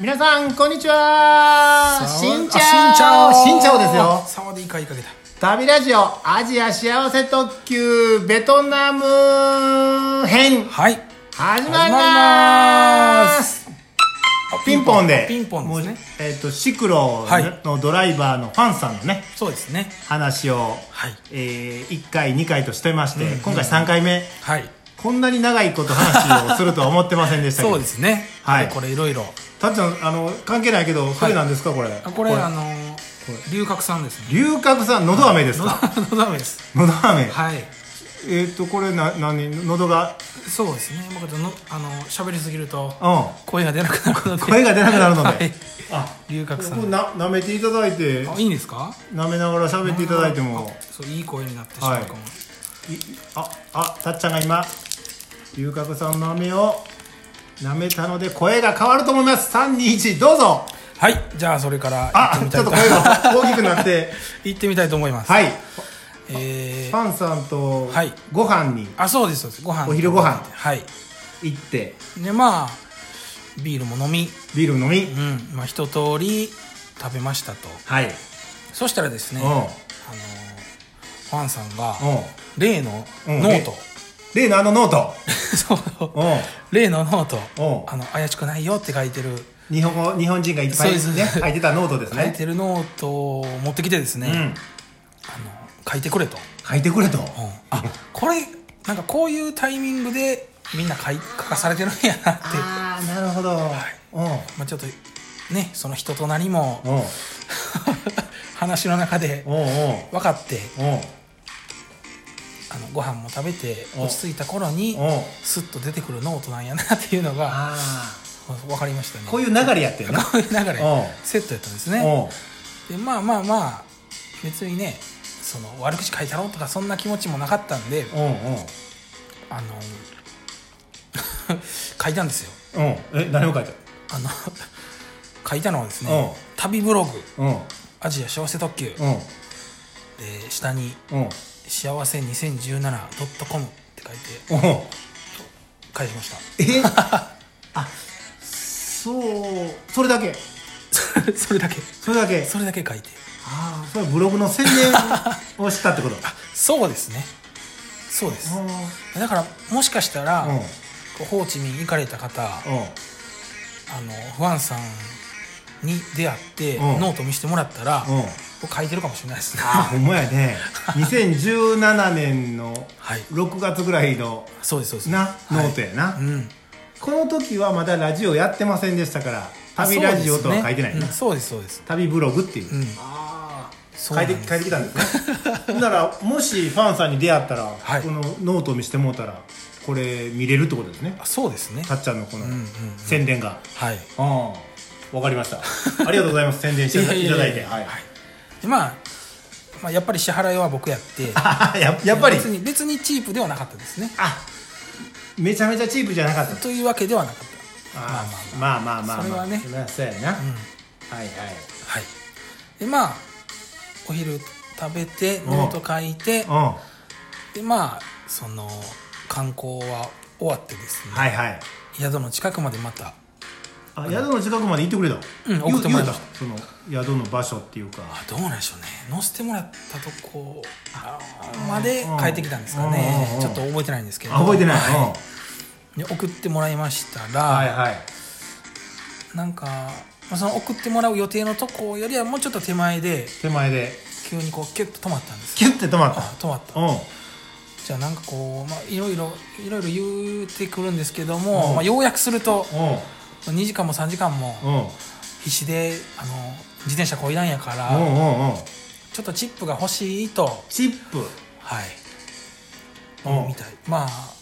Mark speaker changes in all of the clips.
Speaker 1: 皆さんこんにちはしんちゃおしんちゃおですよ
Speaker 2: サワディーカイかけた
Speaker 1: 旅ラジオアジア幸せ特急ベトナム編
Speaker 2: はい
Speaker 1: 始まります
Speaker 2: あ
Speaker 1: ピンポンで
Speaker 2: ピンポンですね
Speaker 1: もうえっ、とシクロ
Speaker 2: はい
Speaker 1: のドライバーのファンさんのね
Speaker 2: そうですね
Speaker 1: 話を、
Speaker 2: はい
Speaker 1: え1回2回としてまして、今回3回目
Speaker 2: はい
Speaker 1: こんなに長いこと話をするとは思ってませんでしたけど
Speaker 2: そうですね
Speaker 1: はい
Speaker 2: あれこれいろいろ
Speaker 1: たっちゃんあの関係ないけどそれなんですか、これ
Speaker 2: あこれあのー龍角さんです ね
Speaker 1: 龍角さんのど飴ですか
Speaker 2: のだめです
Speaker 1: のど飴
Speaker 2: はい
Speaker 1: えーっとこれな何喉が
Speaker 2: そうですね僕ちょっとのあの喋りすぎると
Speaker 1: う
Speaker 2: 声が出なくなるので
Speaker 1: ん声が出なくなるので、
Speaker 2: はい
Speaker 1: あ
Speaker 2: 龍角さ
Speaker 1: これ
Speaker 2: ん
Speaker 1: な舐めていただいて
Speaker 2: あいいんですか
Speaker 1: 舐めながら喋っていただいても
Speaker 2: あそういい声になってしまうかも
Speaker 1: いああたっちゃんが今龍角さんの飴を舐めたので声が変わると思います321どうぞ
Speaker 2: はいじゃあそれから行って
Speaker 1: あ
Speaker 2: み
Speaker 1: ちょ
Speaker 2: た
Speaker 1: っ
Speaker 2: い
Speaker 1: と
Speaker 2: と
Speaker 1: 声が大きくなって
Speaker 2: 行ってみたいと思います
Speaker 1: はい
Speaker 2: えー
Speaker 1: パンさんと
Speaker 2: はい
Speaker 1: ご飯に
Speaker 2: あそうですそうですご飯
Speaker 1: お昼ご飯
Speaker 2: はい
Speaker 1: 行って
Speaker 2: でまあビールも飲み
Speaker 1: ビール飲み、
Speaker 2: うんまあ一通り食べましたと
Speaker 1: はいうん
Speaker 2: そしたらですねあ
Speaker 1: うん
Speaker 2: のファンさんが例の
Speaker 1: うん
Speaker 2: ノート、
Speaker 1: 例のあのノート
Speaker 2: そう
Speaker 1: う
Speaker 2: 例のノート
Speaker 1: うん
Speaker 2: あの怪しくないよって書いてる
Speaker 1: ん日本語日本人がいっぱ
Speaker 2: そう
Speaker 1: い、
Speaker 2: で
Speaker 1: ね、
Speaker 2: す
Speaker 1: 書いてたノートです
Speaker 2: 書い
Speaker 1: ね
Speaker 2: てるノートを持ってきてですね、
Speaker 1: うん
Speaker 2: あの書いてくれと、
Speaker 1: 書いてくれと
Speaker 2: うんあこれなんかこういうタイミングでみんな書い書かされてるんやなって
Speaker 1: ああなるほど、
Speaker 2: まあ、ちょっとねその人となりも
Speaker 1: うんうん
Speaker 2: 話の中で
Speaker 1: おう
Speaker 2: 分かって
Speaker 1: おう
Speaker 2: あのご飯も食べて
Speaker 1: お
Speaker 2: 落ち着いた頃に
Speaker 1: おうおう
Speaker 2: スッと出てくるノートなんやなっていうのが
Speaker 1: あ
Speaker 2: 分かりましたね
Speaker 1: あこう
Speaker 2: いう
Speaker 1: いう流れやってるな
Speaker 2: こういう流れ
Speaker 1: おう
Speaker 2: セットやったんですね
Speaker 1: おう
Speaker 2: でまあまあまあ別にねその悪口書いたろうとかそんな気持ちもなかったんで
Speaker 1: おう
Speaker 2: あの 書いたんですよ
Speaker 1: おうおうえ誰も書いて
Speaker 2: あの書いたのはです
Speaker 1: おう
Speaker 2: ね旅ブログ
Speaker 1: うんうん
Speaker 2: アジア小説特急で下に
Speaker 1: うん
Speaker 2: 幸せ 2017.com って書いて
Speaker 1: おう
Speaker 2: 返しました
Speaker 1: え あそうそれだけ
Speaker 2: それ それだけ
Speaker 1: それだけ
Speaker 2: それだけ書いて
Speaker 1: ああそれブログの宣伝をした ってこと
Speaker 2: そうですねそうですだからもしかしたら、
Speaker 1: うん
Speaker 2: こうホーチミン行かれた方あ
Speaker 1: うん
Speaker 2: のファンさんに出会って、
Speaker 1: うん
Speaker 2: ノート見せてもらったら、
Speaker 1: うん
Speaker 2: こう書いてるかもしれないです ね
Speaker 1: ああほんまやね 2017年の
Speaker 2: はい
Speaker 1: 6月ぐらいの
Speaker 2: そうですそうです
Speaker 1: な、
Speaker 2: い
Speaker 1: ノートやな、
Speaker 2: うん
Speaker 1: この時はまだラジオやってませんでしたから旅ラジオとは書いてないな、
Speaker 2: そうですねうんそうですそうです
Speaker 1: 旅ブログっていう、
Speaker 2: うん
Speaker 1: あ
Speaker 2: そ
Speaker 1: あ書
Speaker 2: うないんで
Speaker 1: て
Speaker 2: す
Speaker 1: 書いてきたんですねだからもしファンさんに出会ったら、
Speaker 2: はい
Speaker 1: このノートを見せてもうたらこれ見れるってことですね
Speaker 2: あそうですね
Speaker 1: たっちゃんのこの
Speaker 2: うんうんうん
Speaker 1: 宣伝が、
Speaker 2: はい
Speaker 1: うんわかりましたありがとうござい ます宣伝していただいて
Speaker 2: いやいやいや
Speaker 1: はい
Speaker 2: でまあまあやっぱり支払いは僕やって
Speaker 1: あーややっぱり
Speaker 2: 別に別にチープではなかったですね
Speaker 1: あめちゃめちゃチープじゃなかった
Speaker 2: というわけではなかった
Speaker 1: あーまあまあまあまあ
Speaker 2: それはね
Speaker 1: まあそうやな、
Speaker 2: うん
Speaker 1: はいはい
Speaker 2: はいでまあお昼食べて
Speaker 1: うん
Speaker 2: ノート書いて
Speaker 1: うんは
Speaker 2: でまあその観光は終わってですね、
Speaker 1: いはい
Speaker 2: 宿の近くまでまた
Speaker 1: あ宿の近くまで行ってくれた
Speaker 2: うん送ってもらいました
Speaker 1: その宿の場所っていうか
Speaker 2: あどうなんでしょうね乗せてもらったとこまで帰ってきたんですか
Speaker 1: うんうんう
Speaker 2: ね
Speaker 1: ん
Speaker 2: ちょっと覚えてないんですけど
Speaker 1: あ覚えてない、
Speaker 2: は
Speaker 1: うん
Speaker 2: いで送ってもらいましたら、
Speaker 1: はいはい
Speaker 2: なんかまあその送ってもらう予定のとこよりはもうちょっと手前で
Speaker 1: 手前で
Speaker 2: 急にこうキュッと止まったんです
Speaker 1: キュッて止まった
Speaker 2: あ止まった
Speaker 1: うん
Speaker 2: じゃあなんかこう、まあ、いろいろいろいろ言うてくるんですけども、まあ、ようやくすると
Speaker 1: う
Speaker 2: 2時間も3時間も
Speaker 1: んうん
Speaker 2: 必死であの自転車こいだんやか
Speaker 1: う
Speaker 2: ら
Speaker 1: んうんうん
Speaker 2: ちょっとチップが欲しいと
Speaker 1: チップ
Speaker 2: はい
Speaker 1: うん
Speaker 2: みたいまあ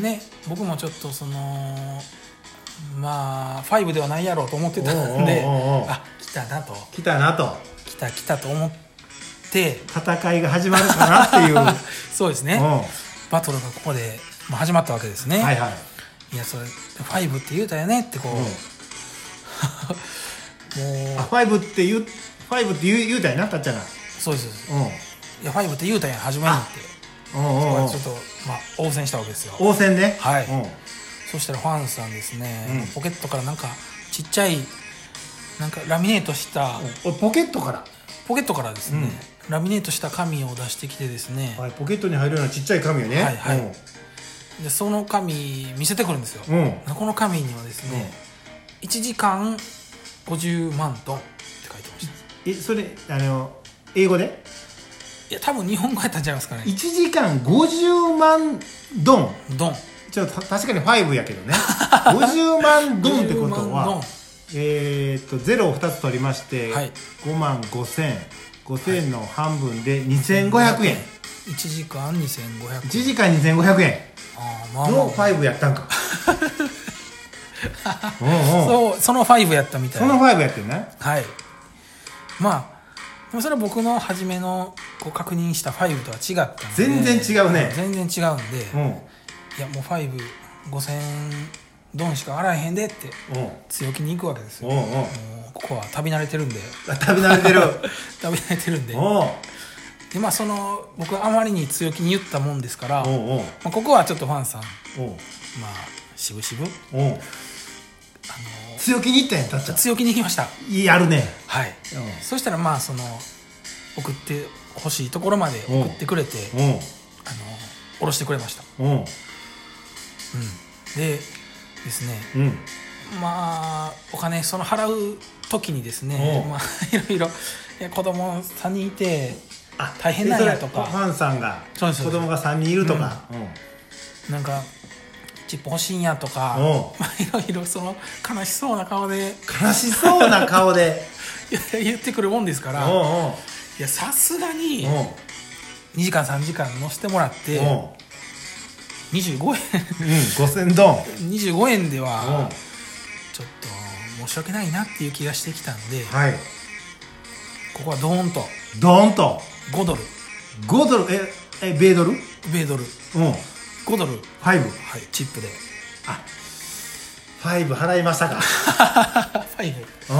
Speaker 2: ね僕もちょっとそのまあ5ではないやろうと思ってたんで
Speaker 1: おうおうおうおう
Speaker 2: あ来たなと
Speaker 1: 来たなと
Speaker 2: 来た来たと思って
Speaker 1: 戦いが始まるかなっていううん
Speaker 2: そうですね
Speaker 1: は
Speaker 2: バトルがここで、まあ、始まったわけですね、
Speaker 1: いはい
Speaker 2: いやそれ5って言うたよねってこう、
Speaker 1: うん
Speaker 2: も
Speaker 1: あ
Speaker 2: う
Speaker 1: ファイブって言うファイブって言う言うたんやなたっちゃんが
Speaker 2: そうですそうです
Speaker 1: うん
Speaker 2: いや5って言うたやん初めにって
Speaker 1: うんう
Speaker 2: そこ
Speaker 1: んう
Speaker 2: は
Speaker 1: ん
Speaker 2: ちょっと、まあ、応戦したわけですよ
Speaker 1: 応戦ね
Speaker 2: はい
Speaker 1: うん
Speaker 2: そしたらファンさんですね、
Speaker 1: うん
Speaker 2: ポケットからなんかちっちゃいなんかラミネートした
Speaker 1: おポケットから
Speaker 2: ポケットからですね、ラミネートした紙を出してきてですね、
Speaker 1: はい、ポケットに入るようなちっちゃい紙をね、
Speaker 2: はいはいでその紙見せてくるんですよ、
Speaker 1: う
Speaker 2: この紙にはですね、1時間50万トンって書いてました
Speaker 1: うんえそれあの英語で
Speaker 2: いや多分日本語やったんちゃいますかね
Speaker 1: 1時間50万ドン
Speaker 2: ドン
Speaker 1: ちょっとた確かに5やけど ね50万ドンってこと
Speaker 2: 50万ドン
Speaker 1: はえー、っとゼロを2つ取りまして、
Speaker 2: はい
Speaker 1: 5万5千5千の半分で2500円、
Speaker 2: 1時間2500
Speaker 1: 1時間2500円
Speaker 2: ああまあま
Speaker 1: の
Speaker 2: あ
Speaker 1: 5やったん かうんうん
Speaker 2: そうその5やったみたい
Speaker 1: その
Speaker 2: な
Speaker 1: 5やってるね
Speaker 2: はいまあでもそれは僕の初めのこう確認した5とは違ったので
Speaker 1: 全然違うね
Speaker 2: 全然違うんで、
Speaker 1: うん
Speaker 2: いやもう55000ドンしか洗えへんでって
Speaker 1: うん
Speaker 2: 強気に行くわけですよ
Speaker 1: おうお う
Speaker 2: もうここは旅慣れてるん で
Speaker 1: あ食べ慣れてる
Speaker 2: 旅慣れてるんで
Speaker 1: おう
Speaker 2: でまあその僕はあまりに強気に言ったもんですから、
Speaker 1: お
Speaker 2: ま
Speaker 1: うおう
Speaker 2: あ、ここはちょっとファンさん
Speaker 1: おう
Speaker 2: まあ渋々
Speaker 1: おう強気にいったんやったっちゃん
Speaker 2: 強気に行きました
Speaker 1: やるね
Speaker 2: はいそしたらまあその送ってほしいところまで送ってくれて
Speaker 1: うんうん
Speaker 2: あの下ろしてくれました、
Speaker 1: うん
Speaker 2: うん、でですね
Speaker 1: うん
Speaker 2: まあお金その払う時にですね
Speaker 1: おう
Speaker 2: まあ いろいろいや子供3人いて
Speaker 1: あ
Speaker 2: 大変なんやとか
Speaker 1: でそれファンさんが
Speaker 2: そうです
Speaker 1: 子供が3人いるとか
Speaker 2: なんかチップ欲しいんやとか
Speaker 1: おう
Speaker 2: まあいろいろその悲しそうな顔で
Speaker 1: 悲しそうな顔で
Speaker 2: いや 言ってくるもんですか
Speaker 1: お
Speaker 2: ら
Speaker 1: うおう
Speaker 2: いやさすがに
Speaker 1: おう
Speaker 2: 2時間3時間乗せてもらって
Speaker 1: おう
Speaker 2: 25
Speaker 1: うん5000ドン
Speaker 2: 円25円で
Speaker 1: お
Speaker 2: は
Speaker 1: う
Speaker 2: ちょっと申し訳ないなっていう気がしてきたんで
Speaker 1: はい
Speaker 2: ここはドーンと
Speaker 1: ドンと
Speaker 2: 5ドル
Speaker 1: 5ドルええ米ドルうん
Speaker 2: 米ドル5ドル
Speaker 1: 5
Speaker 2: はいチップで
Speaker 1: あ5払いましたか
Speaker 2: 5も
Speaker 1: う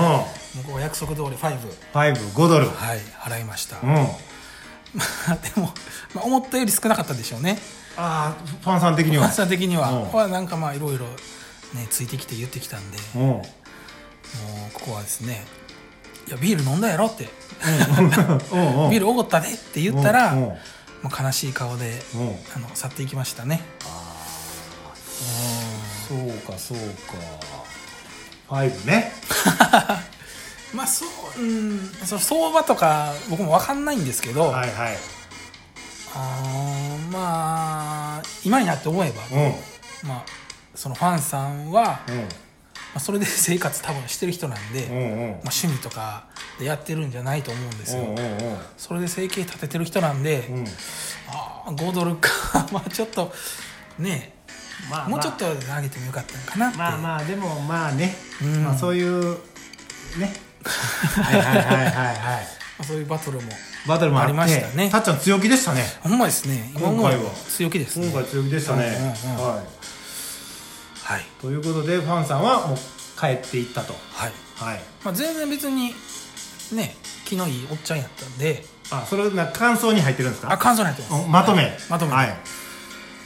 Speaker 1: ん
Speaker 2: うここは約束通り5
Speaker 1: 55ドル
Speaker 2: はい払いました
Speaker 1: う
Speaker 2: ま
Speaker 1: んあ
Speaker 2: あでも、まあ、思ったより少なかったでしょうね
Speaker 1: あーファンさん的には
Speaker 2: 朝的に
Speaker 1: うん
Speaker 2: はここはなんかまあいろいろねついてきて言ってきたんで
Speaker 1: う
Speaker 2: も
Speaker 1: んうん
Speaker 2: うここはですねいやビール飲んだやろって
Speaker 1: うんうん
Speaker 2: ビールおごったでって言ったら、
Speaker 1: うんうん
Speaker 2: もう悲しい顔で、
Speaker 1: うん
Speaker 2: あの去っていきましたね
Speaker 1: そうかそうか5ね
Speaker 2: まあそう、うん、その相場とか僕も分かんないんですけど、
Speaker 1: はいはい
Speaker 2: あーまあ今になって思えば、
Speaker 1: う
Speaker 2: まあ、そのファンさんは、ま
Speaker 1: ん
Speaker 2: あ、それで生活多分してる人なんで、
Speaker 1: うんう
Speaker 2: ま
Speaker 1: んうん
Speaker 2: あ、趣味とかでやってるんじゃないと思うんですよ、
Speaker 1: うんうんうん
Speaker 2: それで生計立ててる人なんで、
Speaker 1: うん
Speaker 2: ああ5ドルか まあちょっとね
Speaker 1: まあ
Speaker 2: もうちょっと投げてもよかったのかなって、
Speaker 1: まあまあでもまあね、
Speaker 2: うん
Speaker 1: まあそういうねはいはいはいはいはい
Speaker 2: まあそういうバトルも
Speaker 1: バトルもあ
Speaker 2: ありましたね
Speaker 1: たっちゃん強気でしたね
Speaker 2: ほんまですね
Speaker 1: 今回は
Speaker 2: 思えば強気ですね
Speaker 1: 今回強気でしたね、
Speaker 2: うんうんうん
Speaker 1: はい
Speaker 2: はい、
Speaker 1: ということでファンさんはもう帰っていったと
Speaker 2: はい
Speaker 1: はい
Speaker 2: まあ、全然別にね気のいいおっちゃんやったんで
Speaker 1: あそれな感想に入ってるんです
Speaker 2: あ
Speaker 1: か
Speaker 2: 感想になってま
Speaker 1: お
Speaker 2: す
Speaker 1: まとめ
Speaker 2: まとめ
Speaker 1: はい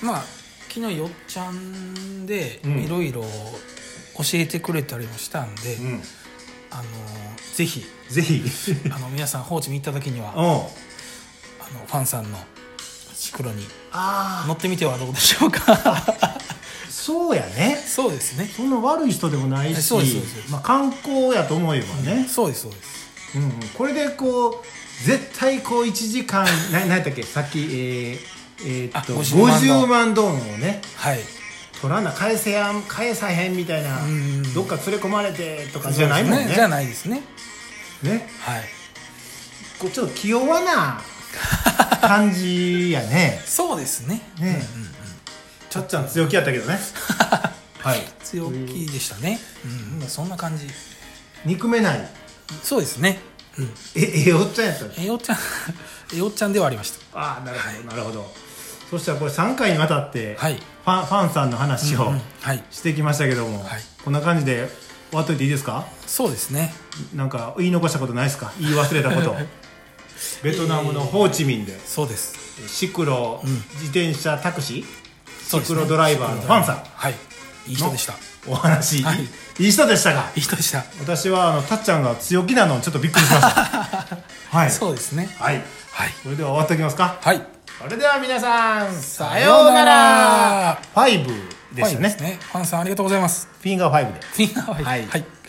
Speaker 2: まあ気のいいおっちゃんで
Speaker 1: うん
Speaker 2: いろいろ教えてくれたりもしたんで、
Speaker 1: うん
Speaker 2: あのぜひ
Speaker 1: ぜひ
Speaker 2: あの皆さん放置に行った時にはあ
Speaker 1: う
Speaker 2: の
Speaker 1: ん
Speaker 2: ファンさんのシクロに
Speaker 1: あ
Speaker 2: 乗ってみてはどうでしょう か
Speaker 1: あそうやね
Speaker 2: そうですね
Speaker 1: そんな悪い人でもないし
Speaker 2: そうですそうです
Speaker 1: まあ、観光やと思えばね、
Speaker 2: そうですそうです
Speaker 1: うんうんこれでこう絶対こう1時間な何やったっけさっきえーえーっと
Speaker 2: あ50万ドン
Speaker 1: 50万ドンをね
Speaker 2: はい
Speaker 1: 取らな返せやん返さへんみたいな、
Speaker 2: うんうん
Speaker 1: どっか連れ込まれてとかじゃないもんね
Speaker 2: そうですじゃないですね
Speaker 1: ね
Speaker 2: はい
Speaker 1: こうちょっと気弱な感じやね
Speaker 2: そうですね
Speaker 1: ね
Speaker 2: うんうんうん
Speaker 1: ちゃっちゃん強気やったけ どねはい
Speaker 2: 強気でしたね、うんまあそんな感じ
Speaker 1: 憎めない
Speaker 2: そうですね、うん、
Speaker 1: えええおっちゃんやったね
Speaker 2: えよちゃん えよちゃんではありまし
Speaker 1: ああなるほどなるほどそしたらこれ3回にわたって、
Speaker 2: はい
Speaker 1: ファンファンさんの話
Speaker 2: た、
Speaker 1: を、
Speaker 2: うんはい
Speaker 1: してきましたけども、
Speaker 2: はい
Speaker 1: こんな感じで終わっといていいですか
Speaker 2: そうですね
Speaker 1: なんか言い残したことないですか言い忘れた ことベトナムのホーチミンで
Speaker 2: そうです
Speaker 1: シクロ、自転車タクシー
Speaker 2: そうです
Speaker 1: シクロドライバーのファンさん
Speaker 2: はいいい人でした
Speaker 1: お話、
Speaker 2: はい
Speaker 1: い、い人でしたが
Speaker 2: いい人でした、
Speaker 1: 私はあのたっちゃんが強気なのちょっとびっくり しましたはい
Speaker 2: そうですね
Speaker 1: はい
Speaker 2: はい
Speaker 1: それでは終わっておきますか
Speaker 2: はい
Speaker 1: それでは皆さんさ
Speaker 2: よ
Speaker 1: よ
Speaker 2: う
Speaker 1: うな
Speaker 2: なら
Speaker 1: らファイブですよ
Speaker 2: ファイブ
Speaker 1: ね
Speaker 2: ですねファンさんありがとうございます
Speaker 1: フィンガーファイブで
Speaker 2: フィンガーファイブ
Speaker 1: はい
Speaker 2: はい